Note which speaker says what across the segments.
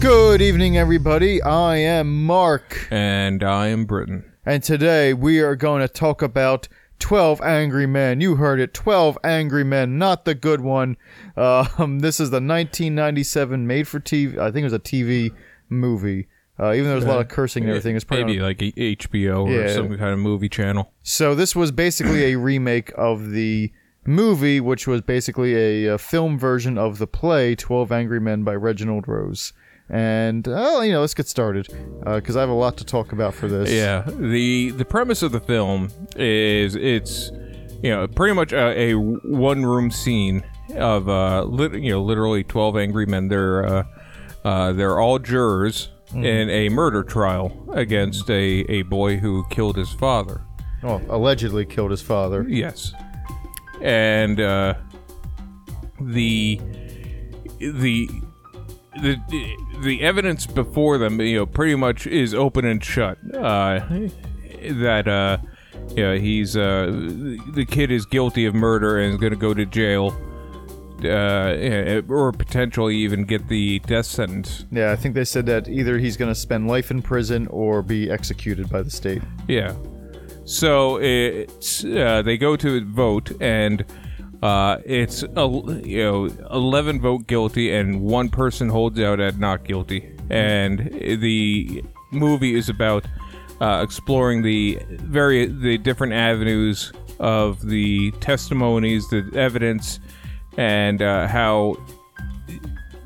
Speaker 1: Good evening, everybody. I am Mark,
Speaker 2: And I am Britain.
Speaker 1: and today we are going to talk about 12 Angry Men. You heard it 12 Angry Men, not the good one. Um, this is the 1997 made for TV, I think it was a TV movie. Uh, even though there's a lot of cursing and everything, it's probably on-
Speaker 2: Maybe like a- HBO or
Speaker 1: Yeah.
Speaker 2: some kind of movie channel.
Speaker 1: So this was basically a remake of the movie, which was basically a, uh film version of the play Twelve Angry Men by Reginald Rose. And well, you know, let's get started because I have a lot to talk about for this.
Speaker 2: Yeah. the The premise of the film is it's you know pretty much a, a one room scene of uh lit, you know literally twelve angry men. They're uh, uh, they're all jurors
Speaker 1: Mm-hmm.
Speaker 2: in a murder trial against a a boy who killed his father.
Speaker 1: Well, Oh, allegedly killed his father.
Speaker 2: Yes. And uh, the the the the evidence before them, you know, pretty much is open and shut. Uh, that uh, you know, he's uh, the kid is guilty of murder and is going to go to jail. Uh, or potentially even get the death sentence.
Speaker 1: Yeah, I think they said that either he's going to spend life in prison or be executed by the state.
Speaker 2: Yeah. So it's uh, they go to vote and uh, it's el- you know eleven vote guilty and one person holds out at not guilty. And the movie is about uh, exploring the very the different avenues of the testimonies, the evidence, and uh, how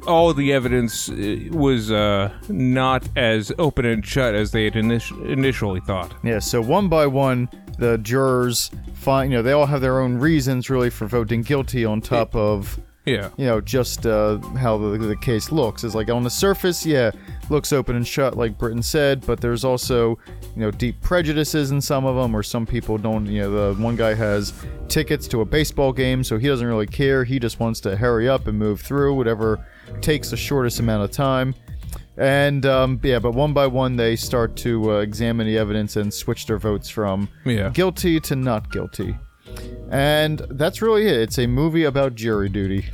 Speaker 2: all the evidence uh, was uh, not as open and shut as they had init- initially thought.
Speaker 1: Yeah, so one by one, the jurors find you know they all have their own reasons really for voting guilty on top of
Speaker 2: Yeah.
Speaker 1: you know, just uh, how the, the case looks. Is like on the surface, yeah, looks open and shut, like Britain said, but there's also, you know, deep prejudices in some of them, or some people don't, you know, the one guy has tickets to a baseball game, so he doesn't really care. He just wants to hurry up and move through whatever takes the shortest amount of time. And um, yeah, but one by one, they start to uh, examine the evidence and switch their votes from
Speaker 2: Yeah.
Speaker 1: guilty to not guilty. And that's really it. It's a movie about jury duty.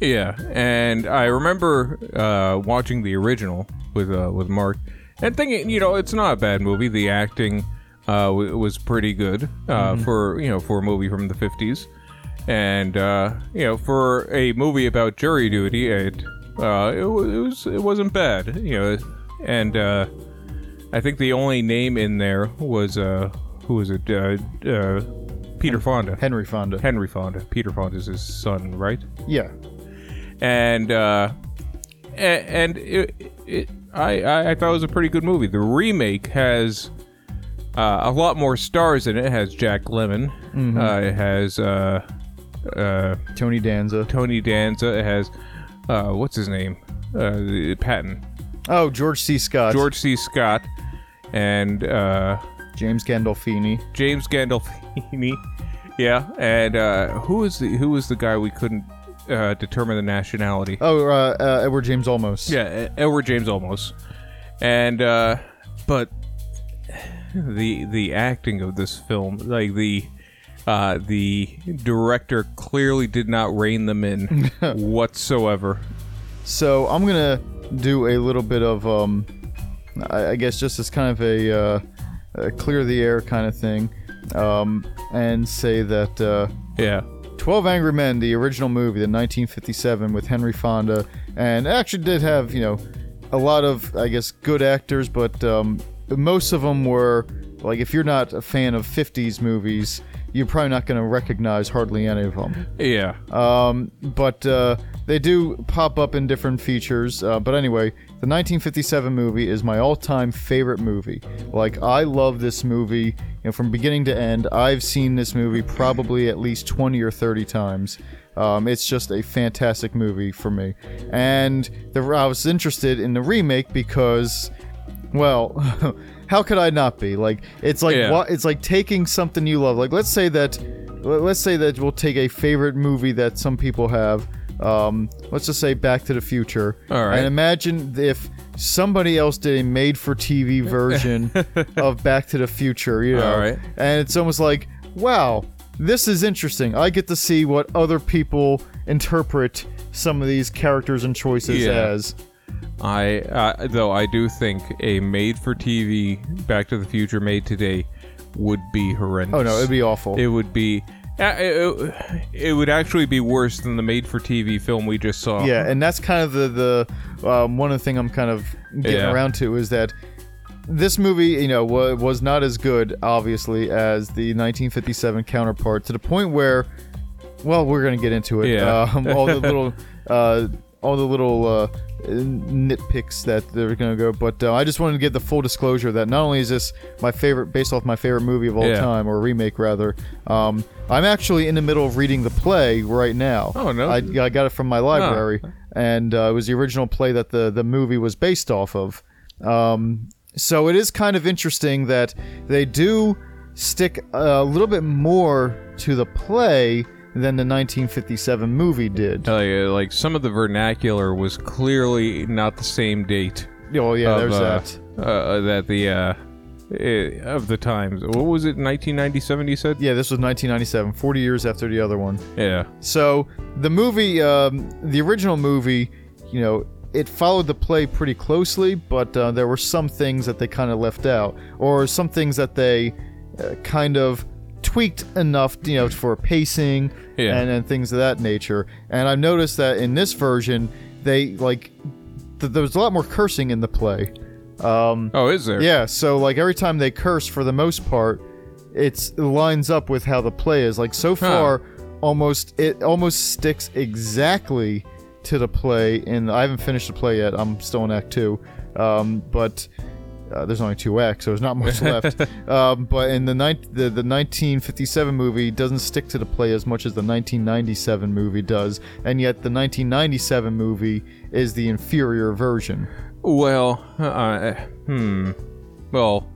Speaker 2: Yeah. And I remember uh, watching the original with uh, with Mark and thinking, you know, it's not a bad movie. The acting uh, w- was pretty good uh, for you know for a movie from the fifties, and uh, you know for a movie about jury duty, it uh, it, wa- it was it wasn't bad. You know, and uh, I think the only name in there was uh, who was it? Uh, uh, Peter Fonda.
Speaker 1: Henry Fonda.
Speaker 2: Henry Fonda. Peter Fonda's his son, right?
Speaker 1: Yeah.
Speaker 2: and uh, a- and it, it, I- I I thought it was a pretty good movie. The remake has uh, a lot more stars in it. It has Jack Lemmon. Uh, it has uh, uh,
Speaker 1: Tony Danza.
Speaker 2: Tony Danza. It has uh, what's his name? Uh, the- Patton.
Speaker 1: Oh, George C. Scott.
Speaker 2: George C. Scott and uh,
Speaker 1: James Gandolfini.
Speaker 2: James Gandolfini. yeah, and uh, who is the who is the guy we couldn't uh, determine the nationality?
Speaker 1: Oh, uh, uh, Edward James Olmos.
Speaker 2: Yeah, E- Edward James almost. And uh but the the acting of this film, like the uh the director clearly did not rein them in whatsoever.
Speaker 1: So I'm gonna do a little bit of, um, I, I guess, just as kind of a, uh, uh clear the air kind of thing, um, and say that. Uh,
Speaker 2: Yeah.
Speaker 1: 12 Angry Men, the original movie, the 1957 with Henry Fonda, and it actually did have, you know, a lot of, I guess, good actors, but um, most of them were, like, if you're not a fan of 50s movies, you're probably not going to recognize hardly any of them.
Speaker 2: Yeah.
Speaker 1: Um, but uh, they do pop up in different features. Uh, but anyway, the 1957 movie is my all-time favorite movie. Like I love this movie. You know, from beginning to end, I've seen this movie probably at least 20 or 30 times. Um, it's just a fantastic movie for me. And the, I was interested in the remake because well, how could I not be? Like it's like
Speaker 2: Yeah.
Speaker 1: wa- it's like taking something you love. Like let's say that le- let's say that we'll take a favorite movie that some people have. Um, let's just say Back to the Future.
Speaker 2: All right.
Speaker 1: And imagine if somebody else did a made-for-TV version of Back to the Future. You know.
Speaker 2: All right.
Speaker 1: And it's almost like, wow, this is interesting. I get to see what other people interpret some of these characters and choices
Speaker 2: Yeah.
Speaker 1: as.
Speaker 2: I uh, though I do think a made-for-TV Back to the Future made today would be horrendous.
Speaker 1: Oh no, it'd be awful.
Speaker 2: It would be. uh, It, it would actually be worse than the made-for-TV film we just saw.
Speaker 1: yeah, and that's kind of the the um, one of the thing I'm kind of getting
Speaker 2: Yeah.
Speaker 1: around to is that this movie, you know, wa was not as good obviously as the 1957 counterpart to the point where, well, we're gonna get into it.
Speaker 2: Yeah.
Speaker 1: Um, all the little. Uh, all the little uh, nitpicks that they're gonna go, but uh, I just wanted to get the full disclosure that not only is this my favorite, based off my favorite movie of all
Speaker 2: Yeah.
Speaker 1: time or remake rather, um, I'm actually in the middle of reading the play right now.
Speaker 2: Oh, no.
Speaker 1: I I got it from my library, and uh, it was the original play that the the movie was based off of. Um, so it is kind of interesting that they do stick a little bit more to the play than the 1957 movie did.
Speaker 2: tell you, like some of the vernacular was clearly not the same date.
Speaker 1: oh yeah,
Speaker 2: of,
Speaker 1: there's
Speaker 2: uh,
Speaker 1: that.
Speaker 2: Uh, that the uh, eh, of the times. What was it? 1997. You said.
Speaker 1: Yeah, this was 1997, 40 years after the other one.
Speaker 2: Yeah.
Speaker 1: So the movie, um, the original movie, you know, it followed the play pretty closely, but uh, there were some things that they kind of left out, or some things that they uh, kind of tweaked enough, you know, for pacing
Speaker 2: Yeah.
Speaker 1: and, and things of that nature. And I've noticed that in this version, they like th- there was a lot more cursing in the play.
Speaker 2: Oh, is there?
Speaker 1: Mm-hmm. Yeah, so like every time they curse, for the most part, it's it lines up with how the play is. Like so far, almost it almost sticks exactly to the play. And I haven't finished the play yet. I'm still in Act Two, um, but uh, there's only two acts, so there's not much left. Um, but in the, nine the the 1957 movie doesn't stick to the play as much as the 1997 movie does, and yet the 1997 movie is the inferior version.
Speaker 2: Well, uh, hmm. Well,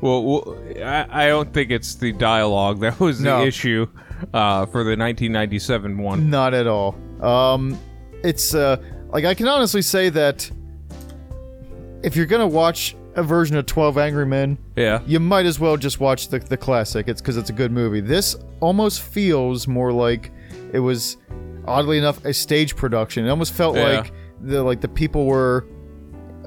Speaker 2: well, well I, I don't think it's the dialogue that was the
Speaker 1: No.
Speaker 2: issue uh, for the 1997 one.
Speaker 1: Not at all. Um, it's uh, like I can honestly say that if you're gonna watch a version of Twelve Angry Men,
Speaker 2: Yeah.
Speaker 1: you might as well just watch the the classic. It's because it's a good movie. This almost feels more like it was, oddly enough, a stage production. It almost felt
Speaker 2: Yeah.
Speaker 1: like the like the people were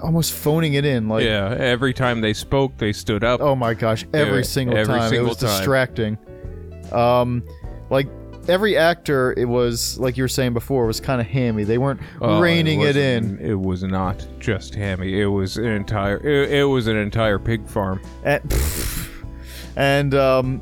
Speaker 1: almost phoning it in. Like,
Speaker 2: Yeah. Every time they spoke, they stood up.
Speaker 1: oh my gosh, every
Speaker 2: Yeah,
Speaker 1: single
Speaker 2: every
Speaker 1: time
Speaker 2: single
Speaker 1: it was
Speaker 2: time.
Speaker 1: distracting. Um, like every actor, it was like you were saying before, was kind of hammy. They weren't
Speaker 2: Uh,
Speaker 1: reining it, in,
Speaker 2: wasn't- It was not just hammy. It was an entire. It, it was an entire pig farm.
Speaker 1: and, and um,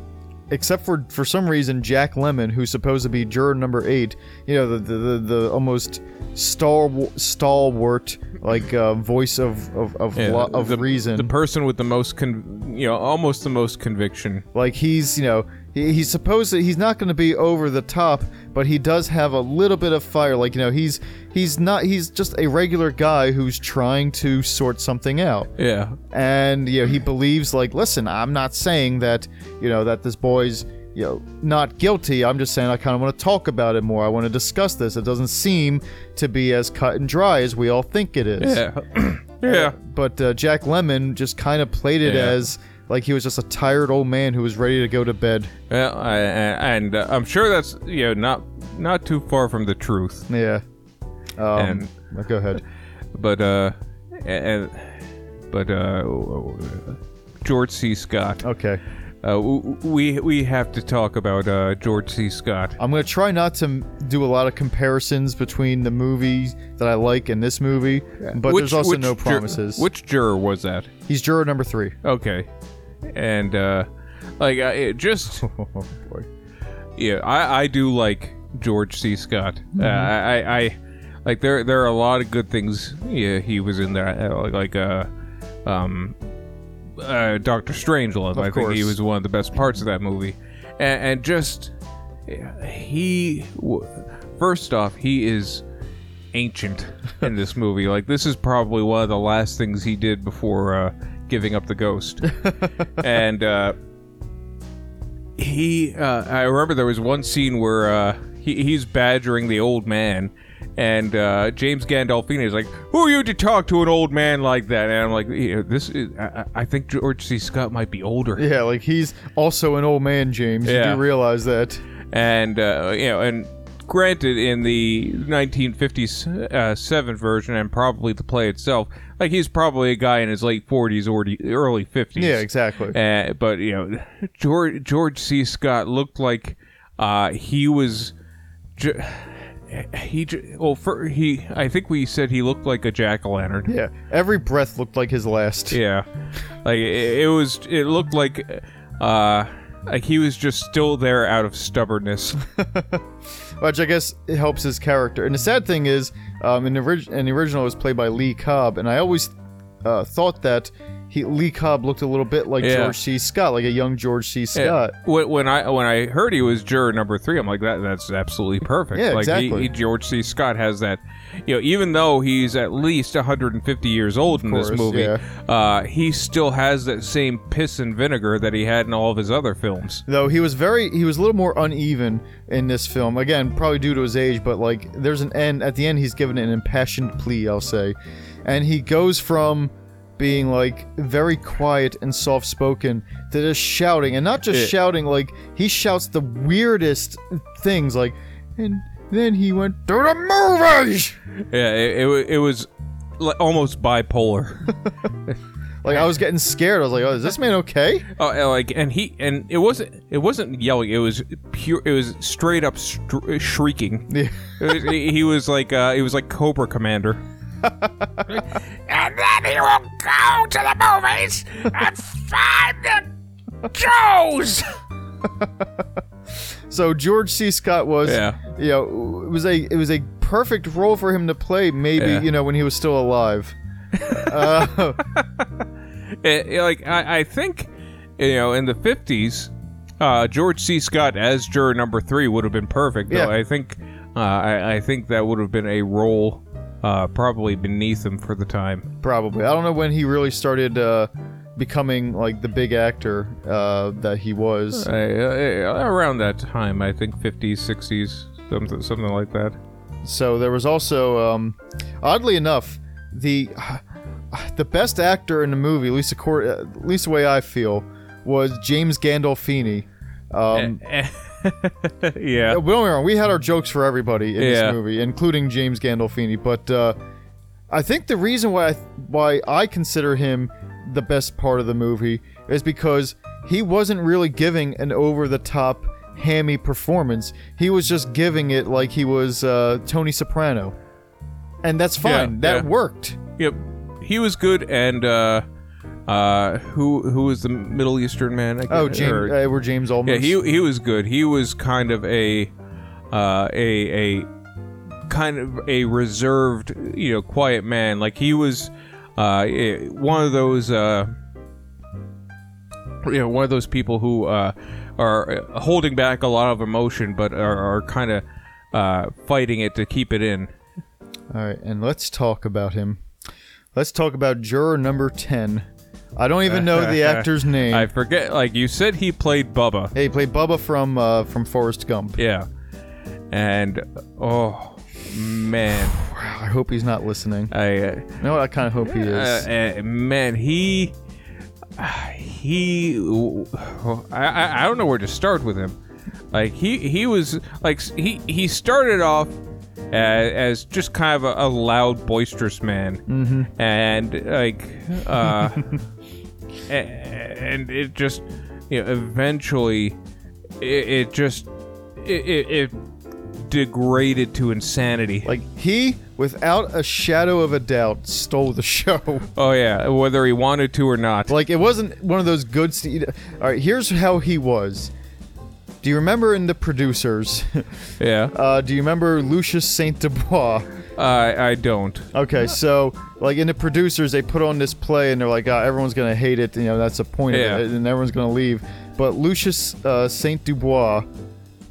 Speaker 1: except for for some reason, Jack Lemon, who's supposed to be juror number eight, you know, the the the, the almost stalwart, stalwart like uh, voice of of of,
Speaker 2: Yeah,
Speaker 1: lo- of
Speaker 2: the-
Speaker 1: reason,
Speaker 2: The person with the most, con- you know, almost the most conviction.
Speaker 1: Like he's, you know, he, he's supposed to, he's not going to be over the top, but he does have a little bit of fire. Like, you know, he's he's not he's just a regular guy who's trying to sort something out.
Speaker 2: Yeah.
Speaker 1: And you know, he believes like, listen, I'm not saying that, you know, that this boy's you know, not guilty. I'm just saying I kind of want to talk about it more. I want to discuss this. It doesn't seem to be as cut and dry as we all think it is
Speaker 2: Yeah. yeah.
Speaker 1: but uh, Jack Lemon just kind of played it
Speaker 2: Yeah.
Speaker 1: as like he was just a tired old man who was ready to go to bed.
Speaker 2: Well, I, I, and uh, I'm sure that's you know not not too far from the truth.
Speaker 1: Yeah. Um,
Speaker 2: And-
Speaker 1: go ahead.
Speaker 2: But uh, and but uh, George C. Scott.
Speaker 1: Okay.
Speaker 2: Uh, w- we we have to talk about uh, George C. Scott.
Speaker 1: I'm gonna try not to m- do a lot of comparisons between the movie that I like and this movie, but there's also no
Speaker 2: jur-
Speaker 1: promises.
Speaker 2: which juror was that?
Speaker 1: He's juror number three.
Speaker 2: Okay, and uh, like I, it just
Speaker 1: Oh boy.
Speaker 2: yeah, I, I do like George C. Scott. Uh, I, I I like there there are a lot of good things. Yeah, he was in there uh, like uh, um, uh, Doctor Strangelove. I think he
Speaker 1: course.
Speaker 2: was one of the best parts of that movie, and, and just yeah, he w- first off he is ancient in this movie. Like this is probably one of the last things he did before uh, giving up the ghost, and. Uh, he uh, i remember there was one scene where uh, he, he's badgering the old man and uh, james gandolfini is like who are you to talk to an old man like that and i'm like "Yeah, this is I, I I think george c scott might be older
Speaker 1: Yeah, like he's also an old man, James. You
Speaker 2: Yeah.
Speaker 1: do realize that?
Speaker 2: and uh, you know and Granted, in the 1957 version and probably the play itself, like he's probably a guy in his late 40s or the early 50s.
Speaker 1: Yeah, exactly.
Speaker 2: Uh, but you know, George George C. Scott looked like uh, he was. Ju- he ju- well, for, he I think we said he looked like a jack o' lantern.
Speaker 1: Yeah, every breath looked like his last.
Speaker 2: Yeah, like it, it was. It looked like, uh, like he was just still there out of stubbornness.
Speaker 1: which I guess it helps his character. And the sad thing is, um, in, the orig- in the original, it was played by Lee Cobb, and I always uh, thought that he, Lee Cobb looked a little bit like
Speaker 2: Yeah.
Speaker 1: George C. Scott, like a young George C. Scott.
Speaker 2: When, when I when I heard he was juror number three, I'm like that. That's absolutely perfect.
Speaker 1: Yeah,
Speaker 2: like he-
Speaker 1: exactly.
Speaker 2: he, George C. Scott has that. You know, even though he's at least 150 years old in this
Speaker 1: course,
Speaker 2: movie,
Speaker 1: yeah.
Speaker 2: uh, he still has that same piss and vinegar that he had in all of his other films.
Speaker 1: Though he was very, he was a little more uneven in this film. Again, probably due to his age, but like there's an end. At the end, he's given an impassioned plea, I'll say, and he goes from being like very quiet and soft spoken to just shouting, and not just
Speaker 2: Yeah.
Speaker 1: shouting. Like he shouts the weirdest things, like and. Then he went to the movies.
Speaker 2: Yeah, it, it, wa- it was li- almost bipolar.
Speaker 1: Like I was getting scared. I was like, "Oh, is this man okay?"
Speaker 2: Oh, and, like and he and it wasn't it wasn't yelling. It was pure. It was straight up str- shrieking.
Speaker 1: Yeah.
Speaker 2: It was- he he was like uh, he was like Cobra Commander. and then he will go to the movies Oh, and find the Joes.
Speaker 1: So George C. Scott was,
Speaker 2: Yeah.
Speaker 1: you know, it was a it was a perfect role for him to play. Maybe
Speaker 2: Yeah.
Speaker 1: you know when he was still alive.
Speaker 2: Eh, like I, I think you know in the fifties, uh, George C. Scott as juror number three would have been perfect. Though
Speaker 1: Yeah.
Speaker 2: I think uh, I, I think that would have been a role uh, probably beneath him for the time.
Speaker 1: Probably. I don't know when he really started uh, becoming like the big actor uh, that he was.
Speaker 2: Uh, uh, around that time, I think 50s, 60s, something, something like that.
Speaker 1: So there was also, um, oddly enough, the the best actor in the movie, at least accor- at least the way I feel, was James Gandolfini. Um,
Speaker 2: Eh, yeah.
Speaker 1: Uh, Don't get me wrong, we had our jokes for everybody in
Speaker 2: Yeah.
Speaker 1: this movie, including James Gandolfini. But uh, I think the reason why I, why I consider him the best part of the movie is because he wasn't really giving an over the top hammy performance. He was just giving it like he was uh, Tony Soprano, and that's fine. that
Speaker 2: yeah.
Speaker 1: worked.
Speaker 2: Yep. He was good, and uh, uh, who who was the Middle Eastern man? I
Speaker 1: Oh,
Speaker 2: can't-
Speaker 1: James,
Speaker 2: or-
Speaker 1: Edward James Olmos.
Speaker 2: yeah, he he was good. He was kind of a uh, a a kind of a reserved, you know, quiet man. Like he was uh, eh, one of those uh, you know one of those people who uh, are eh, holding back a lot of emotion, but are, are kind of uh, fighting it to keep it in.
Speaker 1: All right, and let's talk about him. Let's talk about juror number ten. I don't even know the actor's name.
Speaker 2: I forget. Like you said, he played Bubba.
Speaker 1: Yeah, he played Bubba from uh, from Forrest Gump.
Speaker 2: Yeah, and oh man,
Speaker 1: I hope he's not listening.
Speaker 2: I. Uh,
Speaker 1: You know what? I kind of hope he is.
Speaker 2: Uh, uh, man, he he I, I I don't know where to start with him. Like he he was like s- he he started off uh, as just kind of a, a loud boisterous man mm-hmm. and like uh a- and it just you know eventually it, it just it, it, it degraded to insanity
Speaker 1: Like he, without a shadow of a doubt, stole the show.
Speaker 2: oh yeah whether he wanted to or not
Speaker 1: like it wasn't one of those good. St- All right, here's how he was. Do you remember in the producers?
Speaker 2: yeah
Speaker 1: uh, do you remember Lucius Saint Dubois?
Speaker 2: I I don't.
Speaker 1: Okay, so like in the producers, they put on this play and they're like, "Ah, everyone's gonna hate it. You know, that's the point
Speaker 2: Yeah.
Speaker 1: of it, and everyone's gonna leave. But Lucius uh, Saint Dubois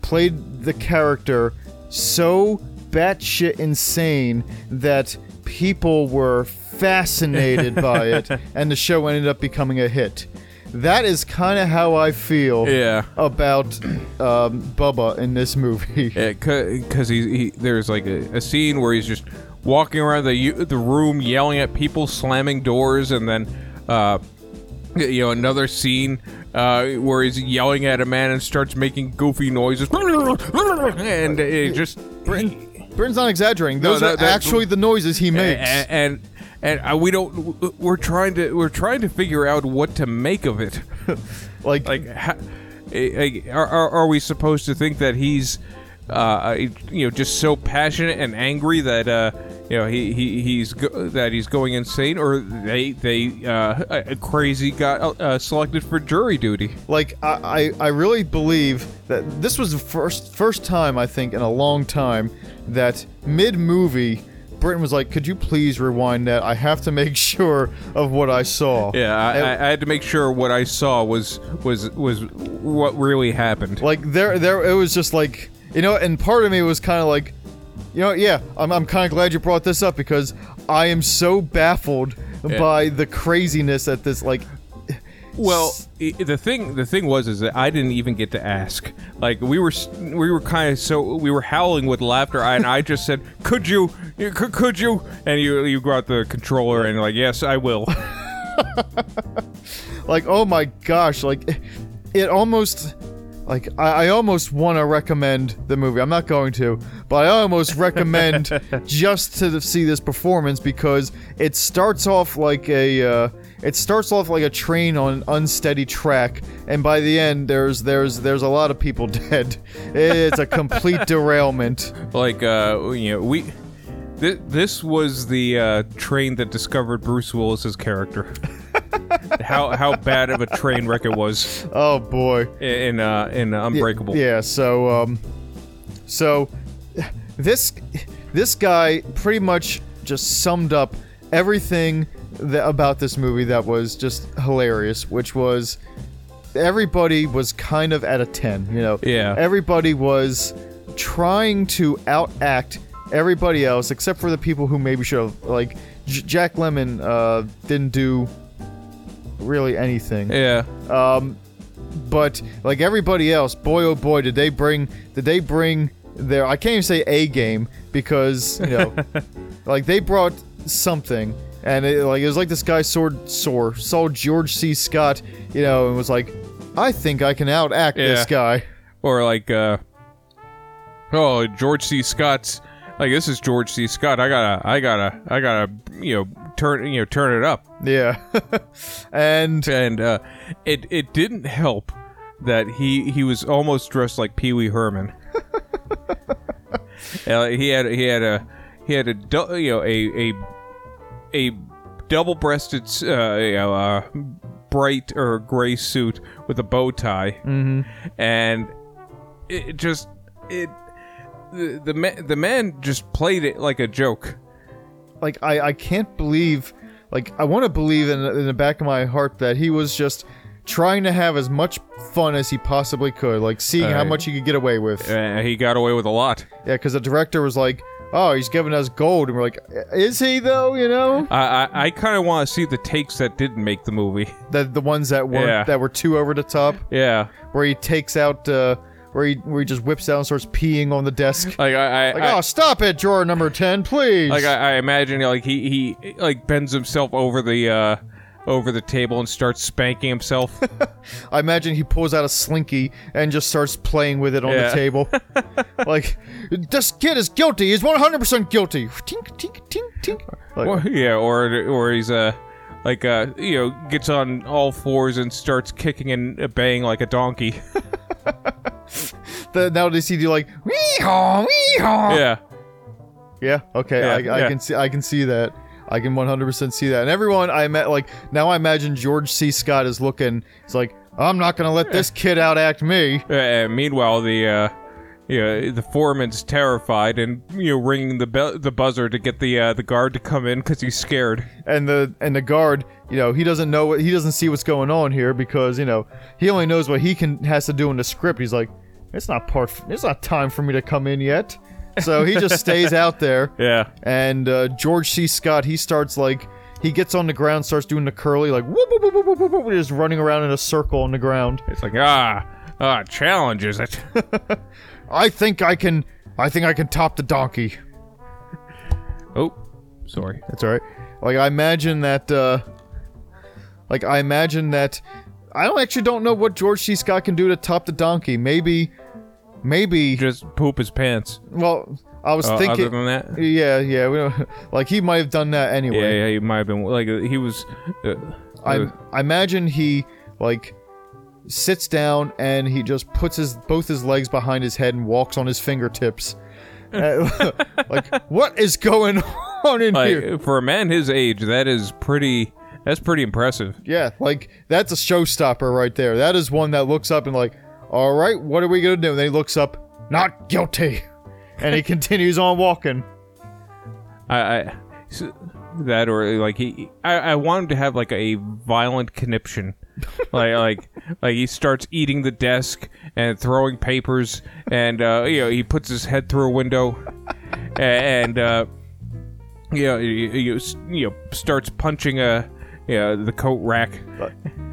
Speaker 1: played the character so batshit insane that people were fascinated by it, and the show ended up becoming a hit. That is kind of how I feel
Speaker 2: Yeah.
Speaker 1: about um, Bubba in this movie.
Speaker 2: Because Uh, he, he there's like a, a scene where he's just walking around the u- the room yelling at people, slamming doors, and then uh, y- you know another scene uh, where he's yelling at a man and starts making goofy noises, and it just
Speaker 1: Britain's not exaggerating. Those
Speaker 2: that-
Speaker 1: are
Speaker 2: that-
Speaker 1: actually the noises he makes.
Speaker 2: and and, and uh, we don't we're trying to we're trying to figure out what to make of it.
Speaker 1: like,
Speaker 2: like, ha- eh, like are, are, are we supposed to think that he's uh, you know just so passionate and angry that uh, you know he, he he's go- that he's going insane or they they uh, a- a crazy got uh, selected for jury duty
Speaker 1: like I, I, I really believe that this was the first first time I think in a long time that mid movie Britain was like, could you please rewind that? I have to make sure of what I saw.
Speaker 2: yeah I,
Speaker 1: And-
Speaker 2: I, I had to make sure what I saw was was was what really happened
Speaker 1: like there there it was just like you know and part of me was kind of like you know yeah i'm, I'm kind of glad you brought this up because i am so baffled by the craziness at this like
Speaker 2: Well, i- the thing the thing was is that I didn't even get to ask. Like we were s- we were kind of so we were howling with laughter, and I just said, "Could you? You- Could, could you?" And you you brought the controller and like, "Yes, I will."
Speaker 1: like oh my gosh like it almost like I, I almost want to recommend the movie i'm not going to but i almost recommend just to see this performance because it starts off like a uh, it starts off like a train on an unsteady track and by the end there's there's there's a lot of people dead it's a complete derailment
Speaker 2: like uh, you know, we th- this was the uh, train that discovered Bruce Willis's character. how how bad of a train wreck it was
Speaker 1: oh boy
Speaker 2: in uh, in Unbreakable.
Speaker 1: Yeah, so um so this this guy pretty much just summed up everything that, about this movie that was just hilarious, which was everybody was kind of at a 10, you know.
Speaker 2: Yeah.
Speaker 1: Everybody was trying to outact everybody else except for the people who maybe should have like J- Jack Lemon uh didn't do really anything
Speaker 2: yeah.
Speaker 1: but like everybody else, boy oh boy, did they bring did they bring their I can't even say a game because you know, like they brought something, and it, like it was like this guy sword sore saw George C. Scott, you know, and was like, I think I can outact this
Speaker 2: Yeah.
Speaker 1: guy.
Speaker 2: or like uh oh george c scott's like this is george c scott i gotta i gotta i gotta you know turn you know turn it up
Speaker 1: Yeah, and
Speaker 2: and uh it it didn't help that he he was almost dressed like pee-wee herman uh, he had he had a he had a dou- you know a a a double-breasted uh, you know, uh bright or gray suit with a bow tie and it just it the the, ma- the man just played it like a joke
Speaker 1: like I, I can't believe like I want to believe in, in the back of my heart that he was just trying to have as much fun as he possibly could, like seeing how
Speaker 2: Alright.
Speaker 1: much he could get away with.
Speaker 2: uh, he got away with a lot
Speaker 1: Yeah, because the director was like, "Oh, he's giving us gold," and we're like, "Is he though?" You know,
Speaker 2: I, I, I kind of want to see the takes that didn't make the movie.
Speaker 1: the the ones that were
Speaker 2: Yeah.
Speaker 1: not that were too over the top,
Speaker 2: Yeah,
Speaker 1: where he takes out, uh, where he where he just whips out and starts peeing on the desk.
Speaker 2: like I, I
Speaker 1: Like,
Speaker 2: I,
Speaker 1: oh, stop it, drawer number ten, please.
Speaker 2: like I, I imagine like he he like bends himself over the uh over the table and starts spanking himself.
Speaker 1: I imagine he pulls out a slinky and just starts playing with it on
Speaker 2: Yeah.
Speaker 1: the table. like, this kid is guilty. He's one hundred percent guilty. Tink, tink, tink, tink. Like,
Speaker 2: Or- yeah, or or he's uh like uh you know gets on all fours and starts kicking and baying like a donkey.
Speaker 1: the, now they see you like, wee-haw, wee-haw.
Speaker 2: yeah,
Speaker 1: Yeah. Okay.
Speaker 2: Yeah,
Speaker 1: I, I
Speaker 2: yeah.
Speaker 1: can see. I can see that. I can 100% see that. And everyone, I met like now. I imagine George C. Scott is looking. It's like I'm not gonna let this kid outact me.
Speaker 2: Uh, and meanwhile the uh you know, the foreman's terrified and you know ringing the bell the buzzer to get the uh, the guard to come in because he's scared.
Speaker 1: And the and the guard, you know, he doesn't know what he doesn't see what's going on here because you know he only knows what he can has to do in the script. He's like, it's not part. It's not time for me to come in yet. So he just stays out there.
Speaker 2: Yeah.
Speaker 1: And uh, George C. Scott, he starts like he gets on the ground, starts doing the curly like whoop whoop whoop whoop whoop, whoop, just running around in a circle on the ground.
Speaker 2: It's like ah, ah, challenges it.
Speaker 1: I think I can. I think I can top the donkey.
Speaker 2: oh, sorry.
Speaker 1: That's all right. Like I imagine that. Uh, like I imagine that I don't actually don't know what George C. Scott can do to top the donkey. Maybe, maybe.
Speaker 2: Just poop his pants.
Speaker 1: Well, I was
Speaker 2: Uh,
Speaker 1: thinking.
Speaker 2: other than that,
Speaker 1: yeah, yeah. We don't, like he might have done that anyway.
Speaker 2: yeah, yeah, he might have been like uh, he was. Uh,
Speaker 1: I,
Speaker 2: uh,
Speaker 1: I imagine he like sits down and he just puts his both his legs behind his head and walks on his fingertips. Uh, like what is going on in here?
Speaker 2: like, for a man his age, that is pretty. That's pretty impressive.
Speaker 1: Yeah, like that's a showstopper right there. That is one that looks up and like, all right, what are we gonna do? And then he looks up, not guilty, and he continues on walking.
Speaker 2: I, I s- that or like he, I, I want him to have like a violent conniption, like like like he starts eating the desk and throwing papers, and uh, you know he puts his head through a window, a- and uh, you know you, you, s- you know starts punching a. Yeah, the coat rack.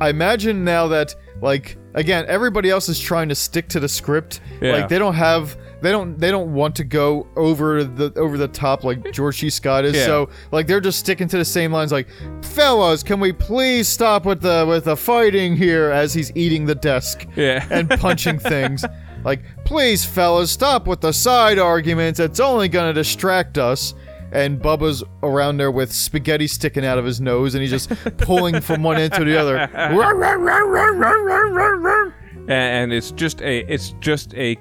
Speaker 1: I imagine now that like again everybody else is trying to stick to the script.
Speaker 2: Yeah.
Speaker 1: Like they don't have they don't they don't want to go over the over the top like George C. Scott is.
Speaker 2: Yeah.
Speaker 1: So like they're just sticking to the same lines like fellas, can we please stop with the with the fighting here as he's eating the desk
Speaker 2: Yeah,
Speaker 1: and punching things. Like, please fellas, stop with the side arguments. It's only gonna distract us. And Bubba's around there with spaghetti sticking out of his nose, and he's just pulling from one end to the other.
Speaker 2: and, and it's just a it's just a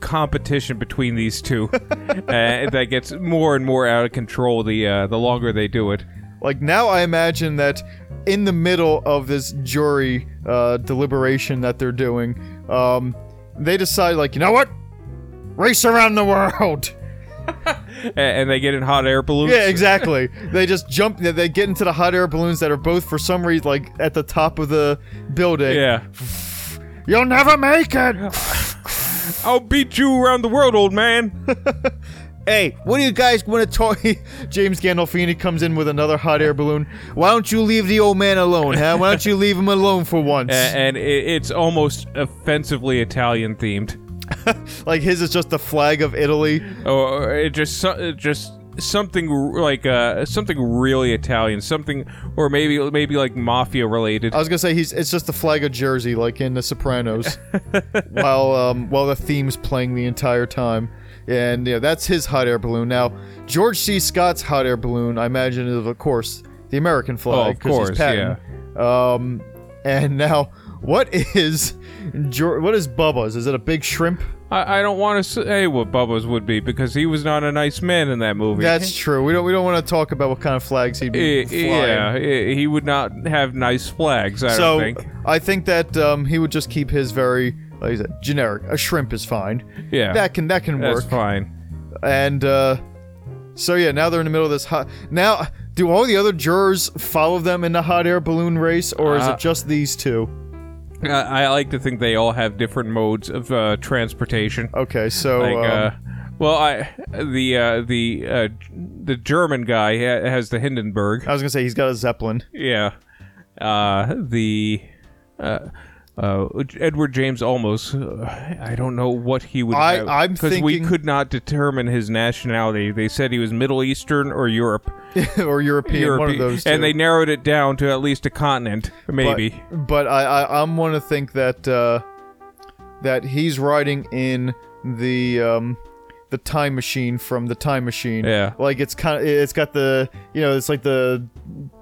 Speaker 2: competition between these two uh, that gets more and more out of control the uh, the longer they do it.
Speaker 1: Like now, I imagine that in the middle of this jury uh, deliberation that they're doing, um, they decide, like, you know what? Race around the world.
Speaker 2: A- and they get in hot air balloons.
Speaker 1: Yeah, exactly. they just jump. They they get into the hot air balloons that are both, for some reason, like at the top of the building.
Speaker 2: Yeah.
Speaker 1: You'll never make it.
Speaker 2: I'll beat you around the world, old man.
Speaker 1: hey, what do you guys want to talk? James Gandolfini comes in with another hot air balloon. Why don't you leave the old man alone, huh? Why don't you leave him alone for once?
Speaker 2: A- and i it's almost offensively Italian themed.
Speaker 1: like his is just the flag of Italy.
Speaker 2: Or Oh, it just so- it just something r- like uh, something really Italian, something or maybe maybe like mafia related.
Speaker 1: I was gonna say he's it's just the flag of Jersey, like in The Sopranos, while um, while the theme's playing the entire time, and yeah, that's his hot air balloon. Now George C. Scott's hot air balloon, I imagine, is of course the American flag.
Speaker 2: Oh, of
Speaker 1: 'cause
Speaker 2: course,
Speaker 1: he's patent. Um, and now what is Geor what is Bubba's? Is it a big shrimp?
Speaker 2: I, I don't want to say what Bubba's would be because he was not a nice man in that movie.
Speaker 1: That's true. We don't we don't want to talk about what kind of flags he'd be
Speaker 2: I-
Speaker 1: flying.
Speaker 2: Eh, yeah, i- he would not have nice flags. I
Speaker 1: so
Speaker 2: don't think.
Speaker 1: I think that um, he would just keep his very like I said, generic. A shrimp is fine.
Speaker 2: Yeah,
Speaker 1: That can that can
Speaker 2: that's
Speaker 1: work.
Speaker 2: fine.
Speaker 1: And uh, so yeah, now they're in the middle of this hot. Now, do all the other jurors follow them in the hot air balloon race, or is
Speaker 2: Uh,
Speaker 1: it just these two?
Speaker 2: I, I like to think they all have different modes of uh, transportation.
Speaker 1: Okay, so
Speaker 2: like
Speaker 1: um,
Speaker 2: uh well i the uh the uh the german guy ha- has the hindenburg
Speaker 1: I was gonna say he's got a zeppelin.
Speaker 2: yeah uh the uh uh, Edward James almost. Uh, I don't know what he would.
Speaker 1: I-
Speaker 2: have,
Speaker 1: I'm
Speaker 2: we
Speaker 1: thinking-
Speaker 2: could not determine his nationality. They said he was Middle Eastern or Europe,
Speaker 1: or European,
Speaker 2: Europe,
Speaker 1: one of those. Two.
Speaker 2: and they narrowed it down to at least a continent,
Speaker 1: but,
Speaker 2: maybe.
Speaker 1: But I, I I'm want to think that uh, that he's riding in the um, the time machine from the time machine.
Speaker 2: Yeah.
Speaker 1: like it's kind of it's got the you know it's like the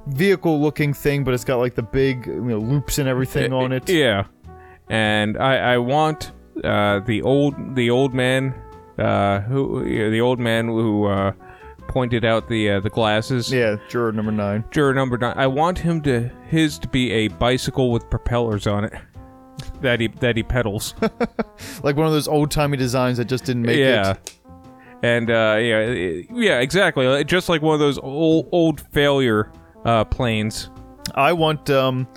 Speaker 1: vehicle looking thing, but it's got like the big you know loops and everything on it.
Speaker 2: Yeah, and I I want uh, the old the old man uh, who yeah, the old man who uh, pointed out the uh, the glasses.
Speaker 1: Yeah, juror number nine.
Speaker 2: Juror number nine. I want him to his to be a bicycle with propellers on it that he that he pedals.
Speaker 1: Like one of those old timey designs that just didn't make
Speaker 2: yeah.
Speaker 1: it.
Speaker 2: And uh, yeah, it- yeah, exactly. Like- Just like one of those old old failure uh, planes.
Speaker 1: I want um,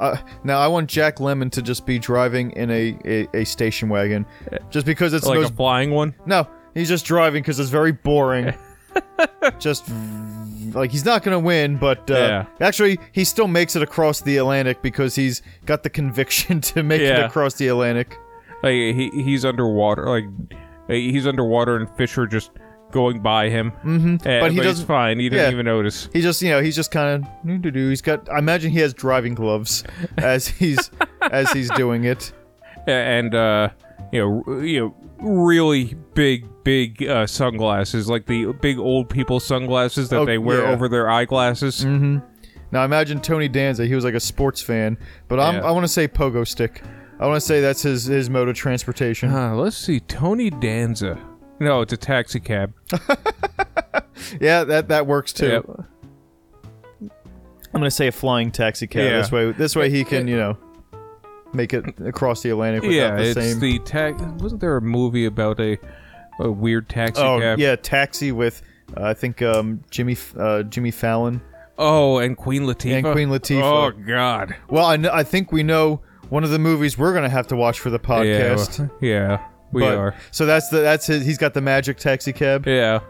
Speaker 1: uh, now I want Jack Lemon to just be driving in a a, a station wagon, just because it's the
Speaker 2: Like
Speaker 1: most
Speaker 2: a flying one.
Speaker 1: No, he's just driving because it's very boring. just like he's not gonna win, but uh,
Speaker 2: Yeah.
Speaker 1: actually, he still makes it across the Atlantic because he's got the conviction to make it
Speaker 2: Yeah.
Speaker 1: across the Atlantic.
Speaker 2: Like he he's underwater. Like he's underwater, and fish are just going by him. Mm-hmm.
Speaker 1: But he doesn't-
Speaker 2: Fine. He doesn't
Speaker 1: yeah.
Speaker 2: even notice.
Speaker 1: He just, you know, he's just kind of. He's got. I imagine he has driving gloves as he's as he's doing it.
Speaker 2: A- And uh, you know, r- you know, really big, big uh, sunglasses, like the big old people sunglasses that
Speaker 1: Oh,
Speaker 2: they wear
Speaker 1: yeah. Mm-hmm.
Speaker 2: over their eyeglasses.
Speaker 1: Now imagine Tony Danza. He was like a sports fan, but I'm,
Speaker 2: Yeah.
Speaker 1: I want to say pogo stick. I want to say that's his his mode of transportation.
Speaker 2: Uh, let's see, Tony Danza. No, it's a taxi cab.
Speaker 1: Yeah, that that works too.
Speaker 2: Yeah.
Speaker 1: I'm gonna say a flying taxi cab.
Speaker 2: Yeah.
Speaker 1: This way, this way he can, you know, make it across the Atlantic without
Speaker 2: Yeah,
Speaker 1: the
Speaker 2: it's
Speaker 1: same.
Speaker 2: the tax. Wasn't there a movie about a, a weird taxi
Speaker 1: oh
Speaker 2: cab?
Speaker 1: yeah, taxi with uh, I think um, Jimmy F- uh, Jimmy Fallon.
Speaker 2: Oh, and Queen Latifah.
Speaker 1: And Queen Latifah.
Speaker 2: Oh God.
Speaker 1: Well, I, kn- I think we know one of the movies we're gonna have to watch for the podcast.
Speaker 2: Yeah. well, Yeah. We
Speaker 1: But-
Speaker 2: are.
Speaker 1: So that's the that's his, he's got the magic taxi cab.
Speaker 2: Yeah.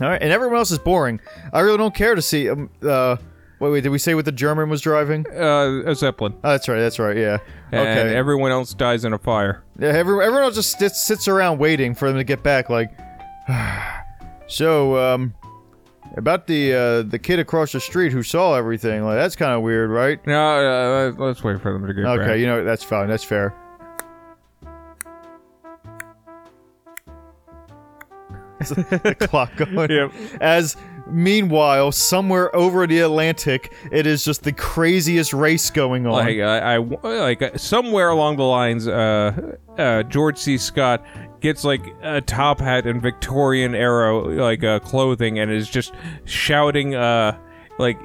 Speaker 1: All right, and everyone else is boring. I really don't care to see. Um, uh, wait, wait, did we say what the German was driving?
Speaker 2: Uh, a Zeppelin.
Speaker 1: Oh, that's right, that's right, yeah.
Speaker 2: And
Speaker 1: okay.
Speaker 2: everyone else dies in a fire.
Speaker 1: Yeah, every, everyone else just sits, sits around waiting for them to get back. Like, so um, about the uh, the kid across the street who saw everything. Like, that's kind of weird, right?
Speaker 2: No, uh, let's wait for them to get
Speaker 1: Okay,
Speaker 2: back.
Speaker 1: you know that's fine. That's fair. the clock going.
Speaker 2: Yep.
Speaker 1: As meanwhile, somewhere over the Atlantic, it is just the craziest race going on.
Speaker 2: Like I, I like uh, somewhere along the lines, uh, uh, George C. Scott gets like a top hat and Victorian era like uh, clothing and is just shouting, uh, like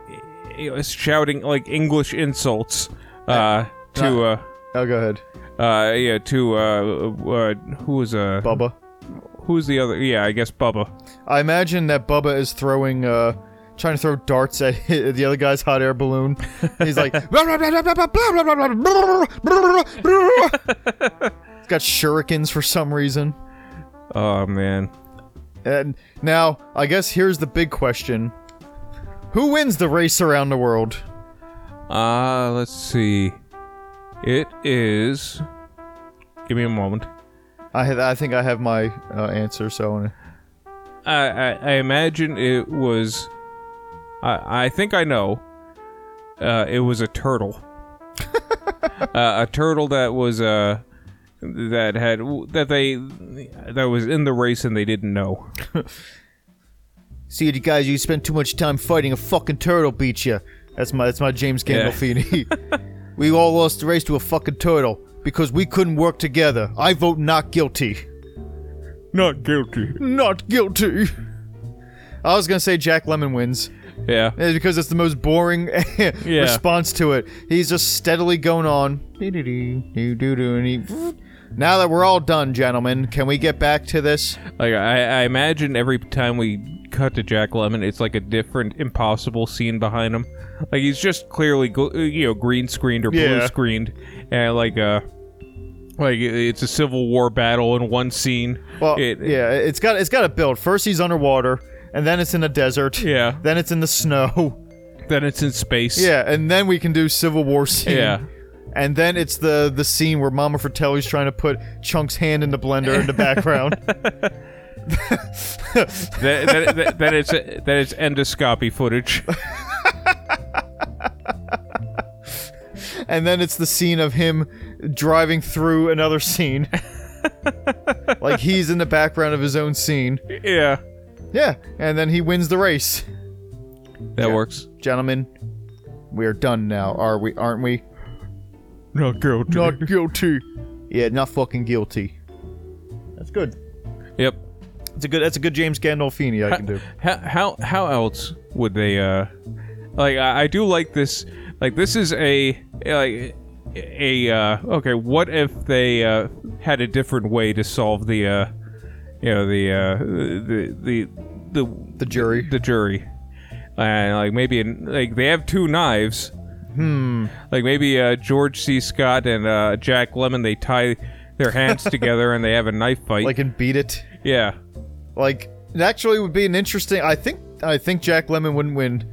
Speaker 2: you know, shouting like English insults uh, to. Uh,
Speaker 1: oh, go ahead,
Speaker 2: uh, yeah, to uh, uh, who was uh,
Speaker 1: Bubba.
Speaker 2: who's the other? Yeah, I guess Bubba.
Speaker 1: I imagine that Bubba is throwing, uh, trying to throw darts at hi- the other guy's hot air balloon. He's like, "Blah, blah, blah, blah, blah, blah, blah, blah, blah, blah, blah, blah, blah." He's got shurikens for some reason.
Speaker 2: Oh man,
Speaker 1: And now, I guess here's the big question: Who wins the race around the world?
Speaker 2: Ah, let's see. It is. Give me a moment.
Speaker 1: I had, I think I have my uh, answer. So, I wanna-
Speaker 2: I, I, I imagine it was. I, I think I know. Uh, it was a turtle. uh, a turtle that was uh, that had that they that was in the race and they didn't know.
Speaker 1: see you guys. You spent too much time fighting a fucking turtle. Beat you. That's my that's my James
Speaker 2: Yeah.
Speaker 1: Gandolfini. we all lost the race to a fucking turtle because we couldn't work together. I vote not guilty.
Speaker 2: Not guilty.
Speaker 1: Not guilty. I was gonna say Jack Lemon wins.
Speaker 2: Yeah.
Speaker 1: It's because it's the most boring response to it. He's just steadily going on. Doo-doo-doo, doo-doo-doo, and he- Now that we're all done, gentlemen, can we get back to this?
Speaker 2: Like I, I imagine every time we cut to Jack Lemon, it's like a different impossible scene behind him. Like he's just clearly gl- uh, you know green screened or blue
Speaker 1: Yeah.
Speaker 2: screened, and like uh like it- it's a civil war battle in one scene.
Speaker 1: Well,
Speaker 2: It-
Speaker 1: yeah, it's got it's got to build. First he's underwater, and then it's in the desert.
Speaker 2: Yeah.
Speaker 1: Then it's in the snow.
Speaker 2: Then it's in space.
Speaker 1: Yeah, and then we can do Civil War scene.
Speaker 2: Yeah.
Speaker 1: And then it's the the scene where Mama Fratelli's trying to put Chunk's hand in the blender in the background.
Speaker 2: Then, then, then- then it's then it's endoscopy footage.
Speaker 1: and then it's the scene of him driving through another scene. like he's in the background of his own scene.
Speaker 2: yeah.
Speaker 1: Yeah, and then he wins the race.
Speaker 2: That works.
Speaker 1: Gentlemen, we are done now, are we? Aren't we?
Speaker 2: Not guilty.
Speaker 1: Not guilty. Yeah, not fucking guilty. That's good.
Speaker 2: Yep.
Speaker 1: That's a good. That's a good James Gandolfini I can do.
Speaker 2: How how how else would they uh like I, I do like this like this is a like a uh okay what if they uh had a different way to solve the uh you know the uh the the the
Speaker 1: The jury.
Speaker 2: the jury and like maybe an, like they have two knives hmm like maybe uh George C Scott and uh Jack Lemon they tie their hands together and they have a knife fight
Speaker 1: Like and beat it.
Speaker 2: yeah
Speaker 1: Like it actually would be an interesting. I think. I think Jack Lemon wouldn't win.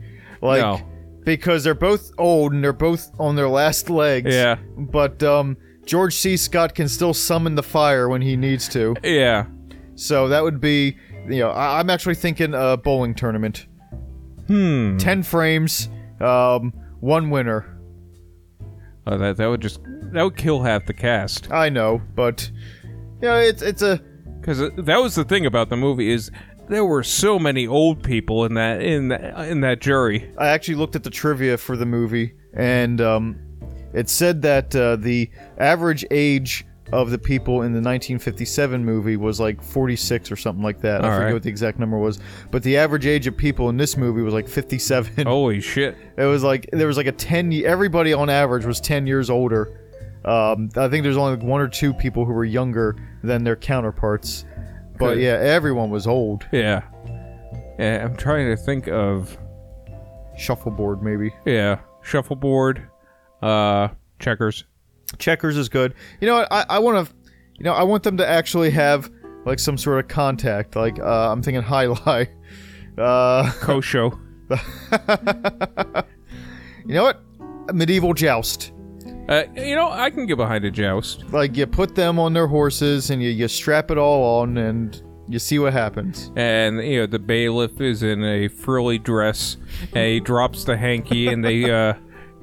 Speaker 1: Like.
Speaker 2: No.
Speaker 1: Because they're both old and they're both on their last legs.
Speaker 2: Yeah.
Speaker 1: But um, George C. Scott can still summon the fire when he needs to.
Speaker 2: yeah
Speaker 1: So that would be, you know, I- I'm actually thinking a bowling tournament. Hmm. Ten frames, um, one winner.
Speaker 2: Uh, that that would just that would kill half the cast.
Speaker 1: I know, but you know, it's it's a
Speaker 2: Because uh, that was the thing about the movie is there were so many old people in that in that, in that jury.
Speaker 1: I actually looked at the trivia for the movie, and um, it said that uh, the average age of the people in the 1957 movie was like 46 or something like that. I
Speaker 2: All
Speaker 1: forget
Speaker 2: right.
Speaker 1: what the exact number was, but the average age of people in this movie was like 57.
Speaker 2: Holy shit!
Speaker 1: It was like there was like a 10. ye- Everybody on average was 10 years older. Um, I think there's only like one or two people who were younger than their counterparts. But
Speaker 2: Good.
Speaker 1: yeah, everyone was old.
Speaker 2: Yeah. yeah. I'm trying to think of
Speaker 1: Shuffleboard, maybe.
Speaker 2: yeah shuffleboard, uh, checkers.
Speaker 1: checkers is good. You know what? I, I want to, you know, I want them to actually have like some sort of contact. Like uh, I'm thinking high lie. Uh,
Speaker 2: Kosho.
Speaker 1: you know what? medieval joust.
Speaker 2: Uh, you know, I can get behind a joust.
Speaker 1: Like you put them on their horses and you, you strap it all on and you see what happens.
Speaker 2: And, you know, the bailiff is in a frilly dress and he drops the hanky and they, uh,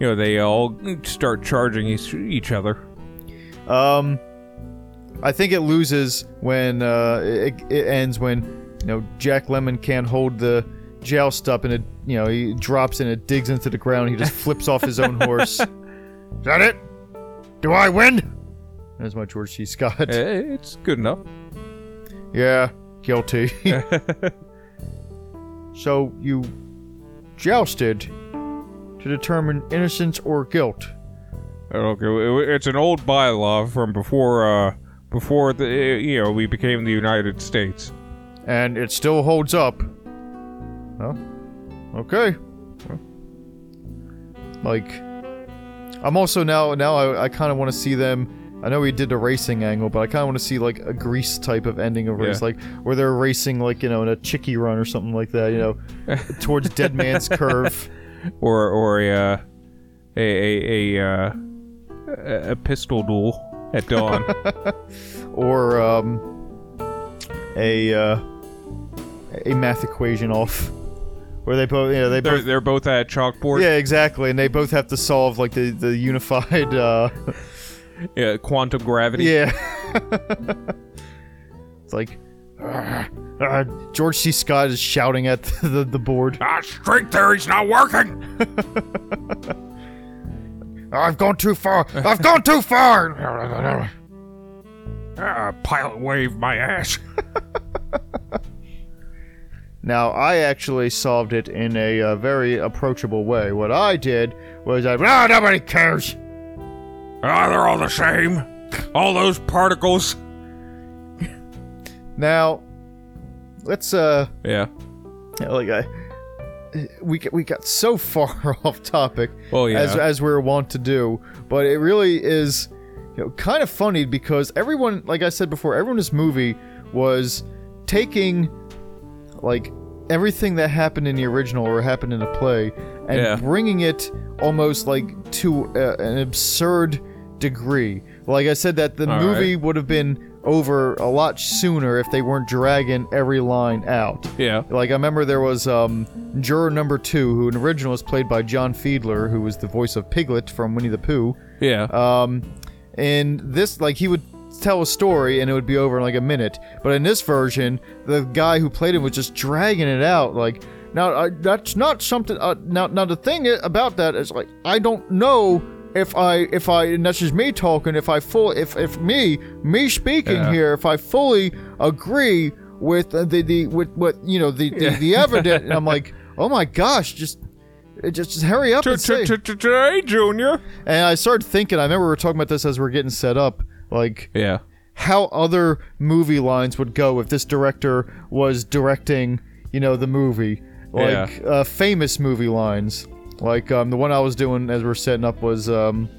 Speaker 2: you know, they all start charging each, each other.
Speaker 1: Um, I think it loses when uh, it, it ends when you know Jack Lemon can't hold the joust up and it you know he drops and it digs into the ground. He just flips off his own horse. Is that it? Do I win? That's my George C. Scott.
Speaker 2: Eh, It's good enough.
Speaker 1: yeah, guilty. so you jousted to determine innocence or guilt.
Speaker 2: Okay, it's an old bylaw from before, uh, before the, eh, you know, we became the United States.
Speaker 1: and it still holds up. Huh? Okay. Like, I'm also now now I, I kind of want to see them. I know we did the racing angle, but I kind of want to see like a Grease type of ending of race,
Speaker 2: Yeah.
Speaker 1: like where they're racing like you know in a chicky run or something like that, you know, towards Dead Man's Curve.
Speaker 2: Or, or a, uh, a, a, a, uh, a a pistol duel at dawn.
Speaker 1: or um, a uh, a math equation off, where they both you know they both
Speaker 2: they're, they're both at chalkboard.
Speaker 1: yeah exactly, and they both have to solve like the the unified uh,
Speaker 2: Yeah, quantum gravity.
Speaker 1: yeah. it's like "Ugh, uh, George C. Scott is shouting at the, the, board.
Speaker 2: Ah, string theory's not working.
Speaker 1: I've gone too far. I've gone too far.
Speaker 2: Ah, pilot wave my ass.
Speaker 1: Now, I actually solved it in a uh, very approachable way. What I did was I, ah, nobody cares.
Speaker 2: Ah, they're all the same. All those particles.
Speaker 1: Now, let's uh,
Speaker 2: Yeah.
Speaker 1: like I, we got- we got so far off topic
Speaker 2: Oh yeah.
Speaker 1: as as we're wont to do, but it really is, you know, kind of funny because everyone, like I said before, everyone in this movie was taking, like, everything that happened in the original or happened in the play and
Speaker 2: Yeah.
Speaker 1: bringing it almost like to uh, an absurd degree. Like I said, that the
Speaker 2: All
Speaker 1: movie would have been over a lot sooner if they weren't dragging every line out.
Speaker 2: yeah.
Speaker 1: Like I remember there was um, juror number two, who in the original was played by John Fiedler, who was the voice of Piglet from Winnie the Pooh.
Speaker 2: Yeah.
Speaker 1: Um, and this, like, he would tell a story and it would be over in like a minute. But in this version, the guy who played him was just dragging it out. Like, now I, that's not something. Uh, now, now the thing i- about that is like I don't know if I if I and that's just me talking. If I full if if me me speaking
Speaker 2: Yeah.
Speaker 1: here, if I fully agree with uh, the the with what you know the the, the evidence, and I'm like, oh my gosh, just. Just, just hurry up
Speaker 2: T-
Speaker 1: and say.
Speaker 2: t- t- t- Today, Junior.
Speaker 1: And I started thinking, I remember we were talking about this as we are getting set up, like
Speaker 2: Yeah.
Speaker 1: how other movie lines would go if this director was directing, you know, the movie. Like uh, famous movie lines. Like um, the one I was doing as we are setting up was um,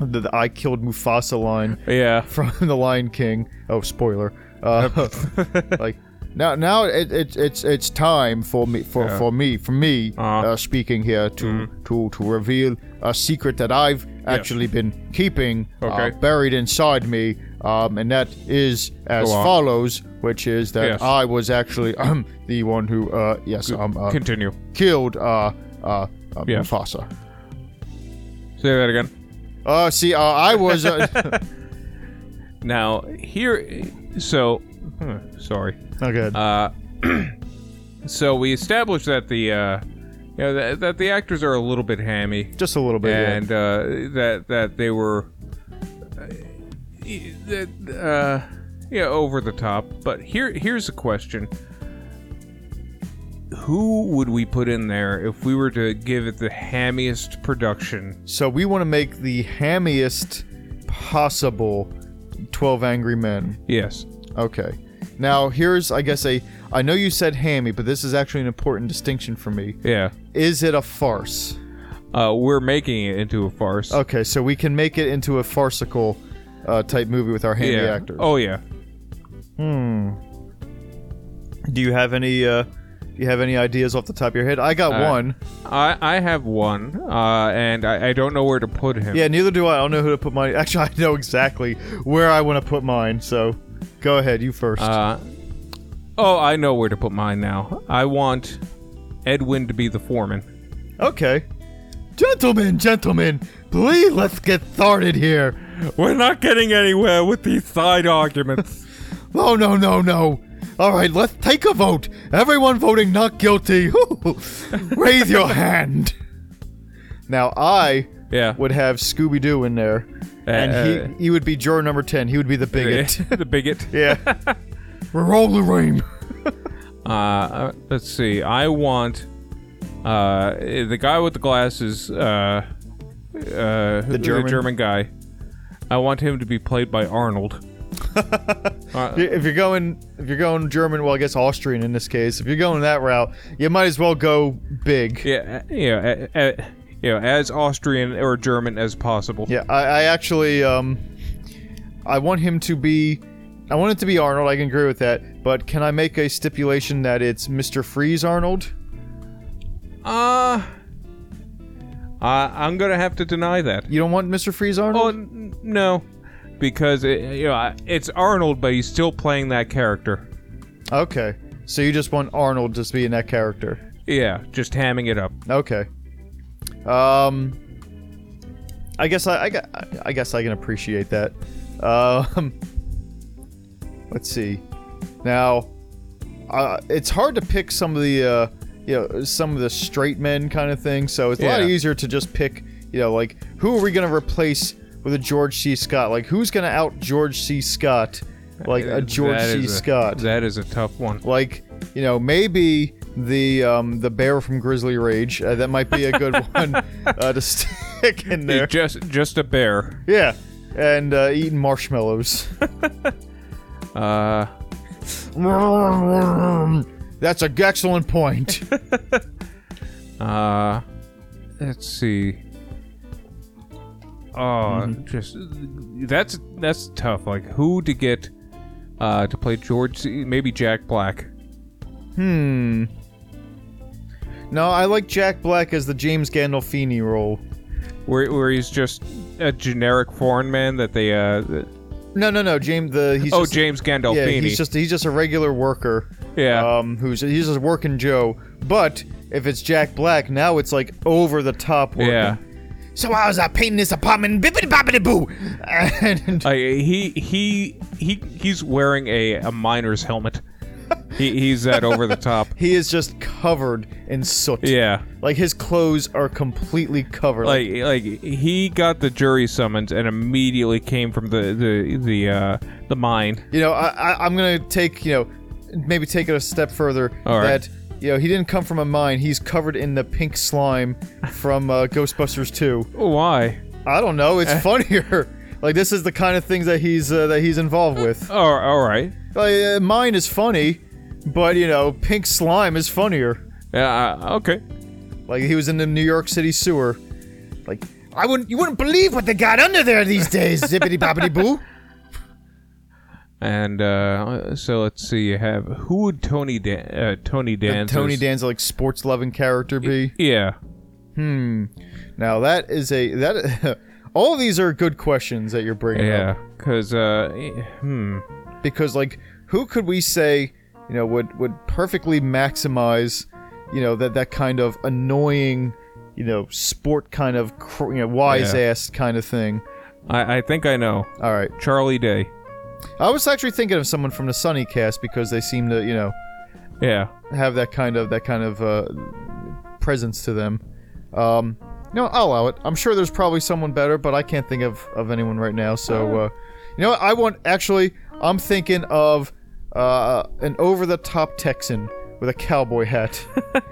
Speaker 1: the, the I killed Mufasa line
Speaker 2: Yeah.
Speaker 1: from The Lion King. Oh, spoiler. Uh, like now, now it, it, it's it's time for me for, for me for me uh
Speaker 2: Uh-huh. Mm-hmm.
Speaker 1: speaking here to to to reveal a secret that I've actually been keeping uh,
Speaker 2: Okay.
Speaker 1: buried inside me, um, and that is as
Speaker 2: Go on.
Speaker 1: follows: which is that
Speaker 2: Yes.
Speaker 1: I was actually um, the one who, uh, yes, um, uh,
Speaker 2: Continue.
Speaker 1: killed uh, uh, uh,
Speaker 2: Yeah.
Speaker 1: Mufasa.
Speaker 2: Say that again.
Speaker 1: Uh, see, uh, I was. Uh,
Speaker 2: Now here, so huh, sorry.
Speaker 1: oh, good.
Speaker 2: Uh, so we established that the uh, you know that, that the actors are a little bit hammy,
Speaker 1: Just a little bit. yeah.
Speaker 2: and uh, that that they were uh, e- that uh, yeah over the top. But here here's a question: Who would we put in there if we were to give it the hammiest production?
Speaker 1: So we want to make the hammiest possible 12 Angry Men.
Speaker 2: Yes.
Speaker 1: Okay. Now, here's, I guess, a. I know you said hammy, but this is actually an important distinction for me.
Speaker 2: Yeah.
Speaker 1: Is it a farce?
Speaker 2: Uh, we're making it into a farce.
Speaker 1: Okay, so we can make it into a farcical uh, type movie with our hammy
Speaker 2: yeah.
Speaker 1: actors.
Speaker 2: Oh yeah.
Speaker 1: Do you have any. Uh, do you have any ideas off the top of your head? I got
Speaker 2: Uh,
Speaker 1: one.
Speaker 2: I, I have one, uh, and I, I don't know where to put him.
Speaker 1: Yeah, neither do I. I don't know who to put mine. Actually, I know exactly where I want to put mine. So, go ahead, you first.
Speaker 2: Uh, oh, I know where to put mine now. I want Edwin to be the foreman.
Speaker 1: Okay. Gentlemen, gentlemen, please let's get started here.
Speaker 2: We're not getting anywhere with these side arguments.
Speaker 1: Oh, no, no, no. All right, let's take a vote. Everyone voting not guilty. Raise your hand. Now, I
Speaker 2: Yeah.
Speaker 1: would have Scooby Doo in there, and he, he would be juror number 10. He would be the bigot.
Speaker 2: the bigot.
Speaker 1: Uh. yeah. We're all the rain.
Speaker 2: Uh, Uh, let's see. I want uh, the guy with the glasses, uh, uh, the,
Speaker 1: German?
Speaker 2: German guy. I want him to be played by Arnold. Uh,
Speaker 1: If you're going, if you're going German, well, I guess Austrian in this case. If you're going that route, you might as well go big.
Speaker 2: Yeah, you know, a, a, you know, as Austrian or German as possible.
Speaker 1: Yeah, I, I actually, um, I want him to be, I want it to be Arnold. I can agree with that. But can I make a stipulation that it's Mr. Freeze Arnold?
Speaker 2: Uh, I, I'm gonna have to deny that.
Speaker 1: You don't want Mr. Freeze
Speaker 2: Oh
Speaker 1: Arnold?
Speaker 2: n- no, because it, you know I- it's Arnold, but he's still playing that character.
Speaker 1: Okay. So you just want Arnold just being that character?
Speaker 2: Yeah, just hamming it up.
Speaker 1: Okay. Um, I guess I, I, got- I- I guess I can appreciate that. Um, let's see. Now, uh, it's hard to pick some of the, uh, you know, some of the straight men kind of thing. So it's a lot
Speaker 2: Yeah.
Speaker 1: easier to just pick, you know, like who are we gonna replace with a George C. Scott? Like who's gonna out George C. Scott? Like a George
Speaker 2: That
Speaker 1: C.
Speaker 2: is a-
Speaker 1: Scott.
Speaker 2: That is a tough one.
Speaker 1: Like, you know, maybe the um, the bear from Grizzly Rage. Uh, that might be a good one uh, to stick in there.
Speaker 2: Just just a bear.
Speaker 1: Yeah, and uh, eating marshmallows.
Speaker 2: Uh,
Speaker 1: That's an excellent point.
Speaker 2: uh, let's see. Oh, just that's that's tough. Like who to get uh, to play George? C- Maybe Jack Black.
Speaker 1: No, I like Jack Black as the James Gandolfini role.
Speaker 2: where, where he's just a generic foreign man that they uh th-
Speaker 1: No, no, no, James. The he's
Speaker 2: oh
Speaker 1: just,
Speaker 2: James Gandolfini
Speaker 1: yeah, he's just he's just a regular worker.
Speaker 2: Yeah.
Speaker 1: um, who's he's just working Joe. But if it's Jack Black, now it's like over the top working.
Speaker 2: yeah
Speaker 1: So I was uh, painting this apartment, bippity boppity boo, and
Speaker 2: I- he he he he's wearing a, a miner's helmet he, he's that over the top
Speaker 1: he is just covered in soot.
Speaker 2: yeah
Speaker 1: Like his clothes are completely covered.
Speaker 2: like like he got the jury summons and immediately came from the the the uh the mine
Speaker 1: you know, I, I, I'm gonna take you know, maybe take it a step further.
Speaker 2: All right.
Speaker 1: That you know, he didn't come from a mine. He's covered in the pink slime from uh, Ghostbusters 2.
Speaker 2: why
Speaker 1: I don't know.
Speaker 2: Eh.
Speaker 1: It's funnier. Like this is the kind of things that he's uh, that he's involved with.
Speaker 2: oh, all right
Speaker 1: Like, uh, mine is funny, but you know, pink slime is funnier.
Speaker 2: yeah uh, okay
Speaker 1: Like he was in the New York City sewer. Like I wouldn't, you wouldn't believe what they got under there these days. Zippity boppity boo.
Speaker 2: and uh so let's see you have who would Tony Dan- uh, Tony Danza's
Speaker 1: Tony Danza, like sports loving character, be.
Speaker 2: yeah
Speaker 1: Now that is a that. All these are good questions that you're bringing
Speaker 2: Yeah, because uh, eh, hmm,
Speaker 1: up because like who could we say, you know, would would perfectly maximize, you know, that that kind of annoying, you know, sport kind of, cr- you know, wise ass kind of thing.
Speaker 2: I, I think I know.
Speaker 1: All right.
Speaker 2: Charlie Day.
Speaker 1: I was actually thinking of someone from the Sunny cast because they seem to, you know,
Speaker 2: Yeah.
Speaker 1: have that kind of that kind of uh, presence to them. Um, no, I'll allow it. I'm sure there's probably someone better, but I can't think of, of anyone right now. So, uh, you know what? I want actually. I'm thinking of uh, an over the top Texan with a cowboy hat,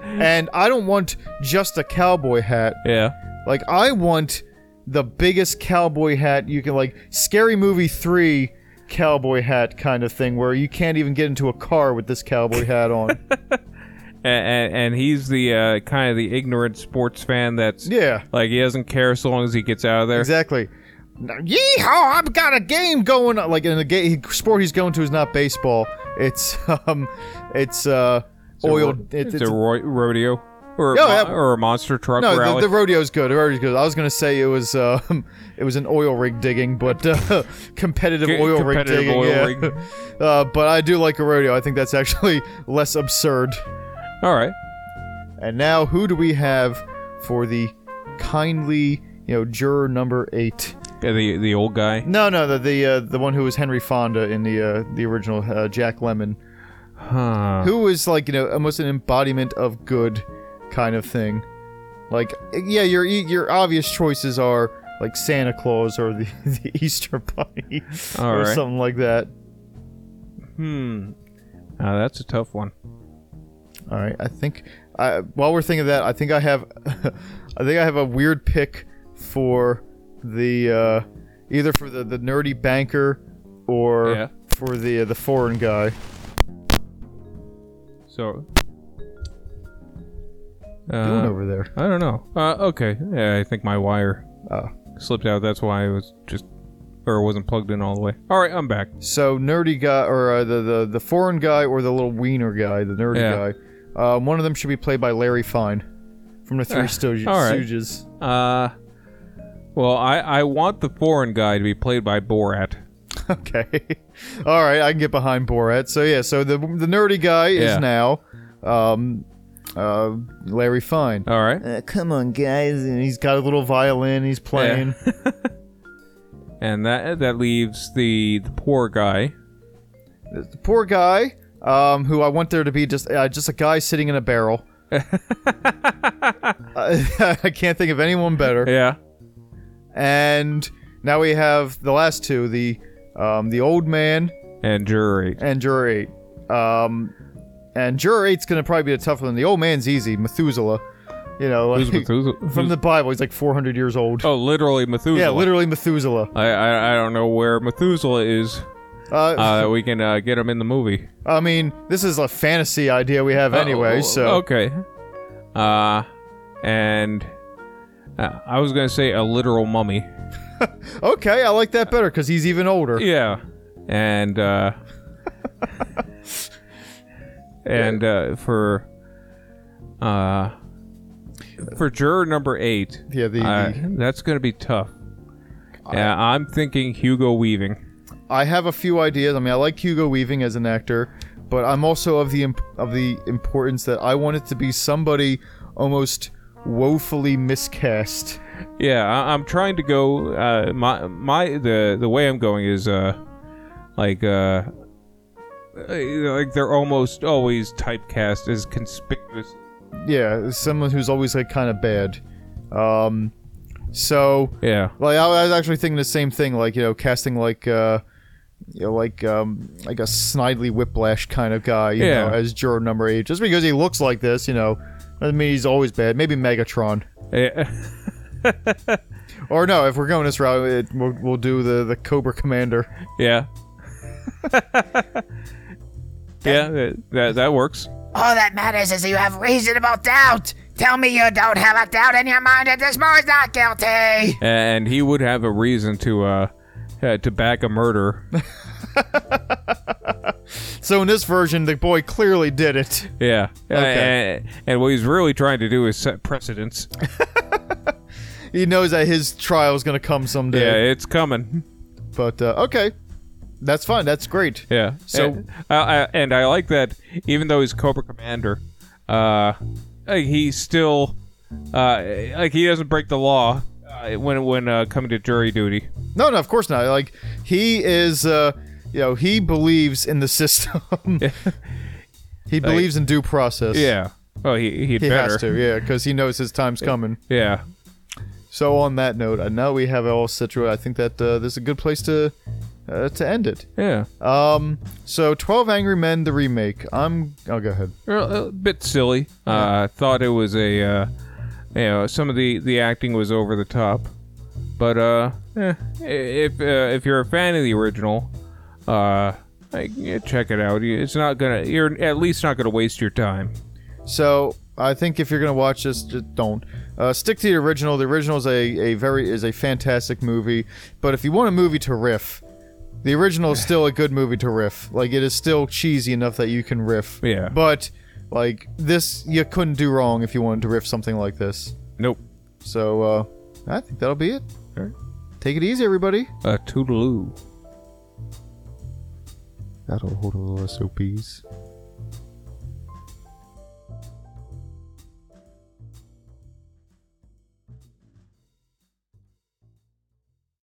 Speaker 1: and I don't want just a cowboy hat.
Speaker 2: Yeah.
Speaker 1: Like I want the biggest cowboy hat you can like scary movie 3 cowboy hat kind of thing where you can't even get into a car with this cowboy hat on.
Speaker 2: And, and he's the uh, kind of the ignorant sports fan that's
Speaker 1: yeah.
Speaker 2: like he doesn't care so long as he gets out of there.
Speaker 1: Exactly. Yeehaw! I've got a game going. on. Like in the game, sport he's going to is not baseball. It's um, it's uh,
Speaker 2: a ro-
Speaker 1: oiled. it-
Speaker 2: it's, a ro- rodeo or a,
Speaker 1: Yeah,
Speaker 2: mo-
Speaker 1: Oh, yeah.
Speaker 2: or a monster truck
Speaker 1: no,
Speaker 2: rally.
Speaker 1: the, the rodeo's good. The rodeo's good. I was gonna say it was um, it was an oil rig digging, but uh, competitive
Speaker 2: G-
Speaker 1: oil rig
Speaker 2: competitive
Speaker 1: digging.
Speaker 2: oil
Speaker 1: yeah.
Speaker 2: rig.
Speaker 1: Uh, but I do like a rodeo. I think that's actually less absurd.
Speaker 2: All right.
Speaker 1: And now, who do we have for the kindly, you know, juror number eight?
Speaker 2: Yeah, the the old guy.
Speaker 1: No, no, the the, uh, the one who was Henry Fonda in the uh, the original uh, Jack Lemon,
Speaker 2: Huh.
Speaker 1: who was like you know almost an embodiment of good, kind of thing. Like yeah, your e, your obvious choices are like Santa Claus or the, the Easter Bunny
Speaker 2: All
Speaker 1: or
Speaker 2: right.
Speaker 1: something like that.
Speaker 2: Hmm. Now that's a tough one.
Speaker 1: All right, I think I, while we're thinking of that, I think I have, I think I have a weird pick for the uh, either for the, the nerdy banker or
Speaker 2: Yeah.
Speaker 1: for the the foreign guy.
Speaker 2: So.
Speaker 1: Going
Speaker 2: Uh,
Speaker 1: over there.
Speaker 2: I don't know. Uh, okay. Yeah, I think my wire
Speaker 1: Oh.
Speaker 2: slipped out. That's why I was just, or it wasn't plugged in all the way. All right, I'm back.
Speaker 1: So nerdy guy or uh, the, the the foreign guy or the little wiener guy, the nerdy
Speaker 2: Yeah.
Speaker 1: guy. Um, one of them should be played by Larry Fine from the Three Stooges.
Speaker 2: Ah, all right.
Speaker 1: Stooges.
Speaker 2: Uh, well, I I want the foreign guy to be played by Borat.
Speaker 1: Okay. All right, I can get behind Borat. So yeah, so the the nerdy guy
Speaker 2: Yeah.
Speaker 1: is now um uh Larry Fine.
Speaker 2: All right.
Speaker 1: Uh, come on, guys, and he's got a little violin he's playing.
Speaker 2: And that that leaves the the poor guy.
Speaker 1: the poor guy um who I want there to be just uh, just a guy sitting in a barrel. I, I can't think of anyone better.
Speaker 2: Yeah.
Speaker 1: and now we have the last two the um, the old man
Speaker 2: And jury.
Speaker 1: and juror 8 um, and juror 8's gonna probably be a tough one the old man's easy methuselah you know
Speaker 2: Who's
Speaker 1: like,
Speaker 2: Methuselah?
Speaker 1: from the bible he's like 400 years old
Speaker 2: Oh, literally Methuselah.
Speaker 1: yeah literally methuselah
Speaker 2: I, I I don't know where Methuselah is.
Speaker 1: uh,
Speaker 2: Uh, we can uh, get him in the movie
Speaker 1: i mean this is a fantasy idea we have anyway
Speaker 2: Oh,
Speaker 1: so
Speaker 2: okay. Uh, and uh, I was gonna say a literal mummy.
Speaker 1: okay i like that better because he's even older
Speaker 2: oh, Yeah, and uh, and uh, for uh, for juror number eight,
Speaker 1: yeah the,
Speaker 2: uh,
Speaker 1: the
Speaker 2: that's gonna be tough. Yeah, I'm thinking Hugo Weaving.
Speaker 1: I have a few ideas. I mean, I like Hugo Weaving as an actor, but I'm also of the imp- of the importance that I want it to be somebody almost woefully miscast.
Speaker 2: Yeah, I, I'm trying to go. Uh, my my the the way I'm going is uh, like uh, uh, like they're almost always typecast as conspicuous.
Speaker 1: Yeah, someone who's always like kind of bad. Um, so
Speaker 2: Yeah,
Speaker 1: like I was actually thinking the same thing. Like you know, casting like uh, you know, like um, like a Snidely Whiplash kind of guy. You
Speaker 2: Yeah.
Speaker 1: know, as juror number eight, just because he looks like this, you know, doesn't mean he's always bad. Maybe Megatron.
Speaker 2: Eh,
Speaker 1: Or no, if we're going this route, it, we'll, we'll do the, the Cobra Commander.
Speaker 2: yeah, yeah. That, that that works.
Speaker 3: All that matters is you have reasonable doubt. Tell me you don't have a doubt in your mind that this boy's not guilty.
Speaker 2: And he would have a reason to uh, uh to back a murder.
Speaker 1: So in this version, the boy clearly did it.
Speaker 2: Yeah.
Speaker 1: Okay.
Speaker 2: And, and what he's really trying to do is set precedents.
Speaker 1: He knows that his trial's gonna come
Speaker 2: Yeah,
Speaker 1: someday.
Speaker 2: it's coming.
Speaker 1: But uh, okay, That's fine. That's great.
Speaker 2: Yeah.
Speaker 1: So-
Speaker 2: and, uh, I, and I like that even though he's Cobra Commander, uh, like, he still uh, like he doesn't break the law uh, when when uh, coming to jury duty.
Speaker 1: No, no, of course not. Like he is, uh, you know, he believes in the system. he believes in due process.
Speaker 2: Yeah. Well, he he'd
Speaker 1: he
Speaker 2: better.
Speaker 1: has to. Yeah, because he knows his time's coming.
Speaker 2: Yeah.
Speaker 1: So on that note, uh, now we have it all situated. I think that uh, this is a good place to uh, to end it.
Speaker 2: Yeah.
Speaker 1: Um, so Twelve Angry Men, the remake. I'm. Oh, go ahead.
Speaker 2: a, a bit silly. Uh, thought it was a, uh, you know, some of the the acting was over the top, but uh, eh, if uh, if you're a fan of the original, uh, like, yeah, check it out. You- It's not gonna, you're at least not gonna waste your time.
Speaker 1: So I think if you're gonna watch this, just don't uh, stick to the original. The original is a, a very is a fantastic movie. But if you want a movie to riff, the original is still a good movie to riff. Like it is still cheesy enough that you can riff.
Speaker 2: Yeah.
Speaker 1: But like this, you couldn't do wrong if you wanted to riff something like this.
Speaker 2: Nope.
Speaker 1: So uh, I think that'll be it.
Speaker 2: All right.
Speaker 1: Take it easy, everybody.
Speaker 2: Uh, toodaloo.
Speaker 1: That'll hold a little SOPs.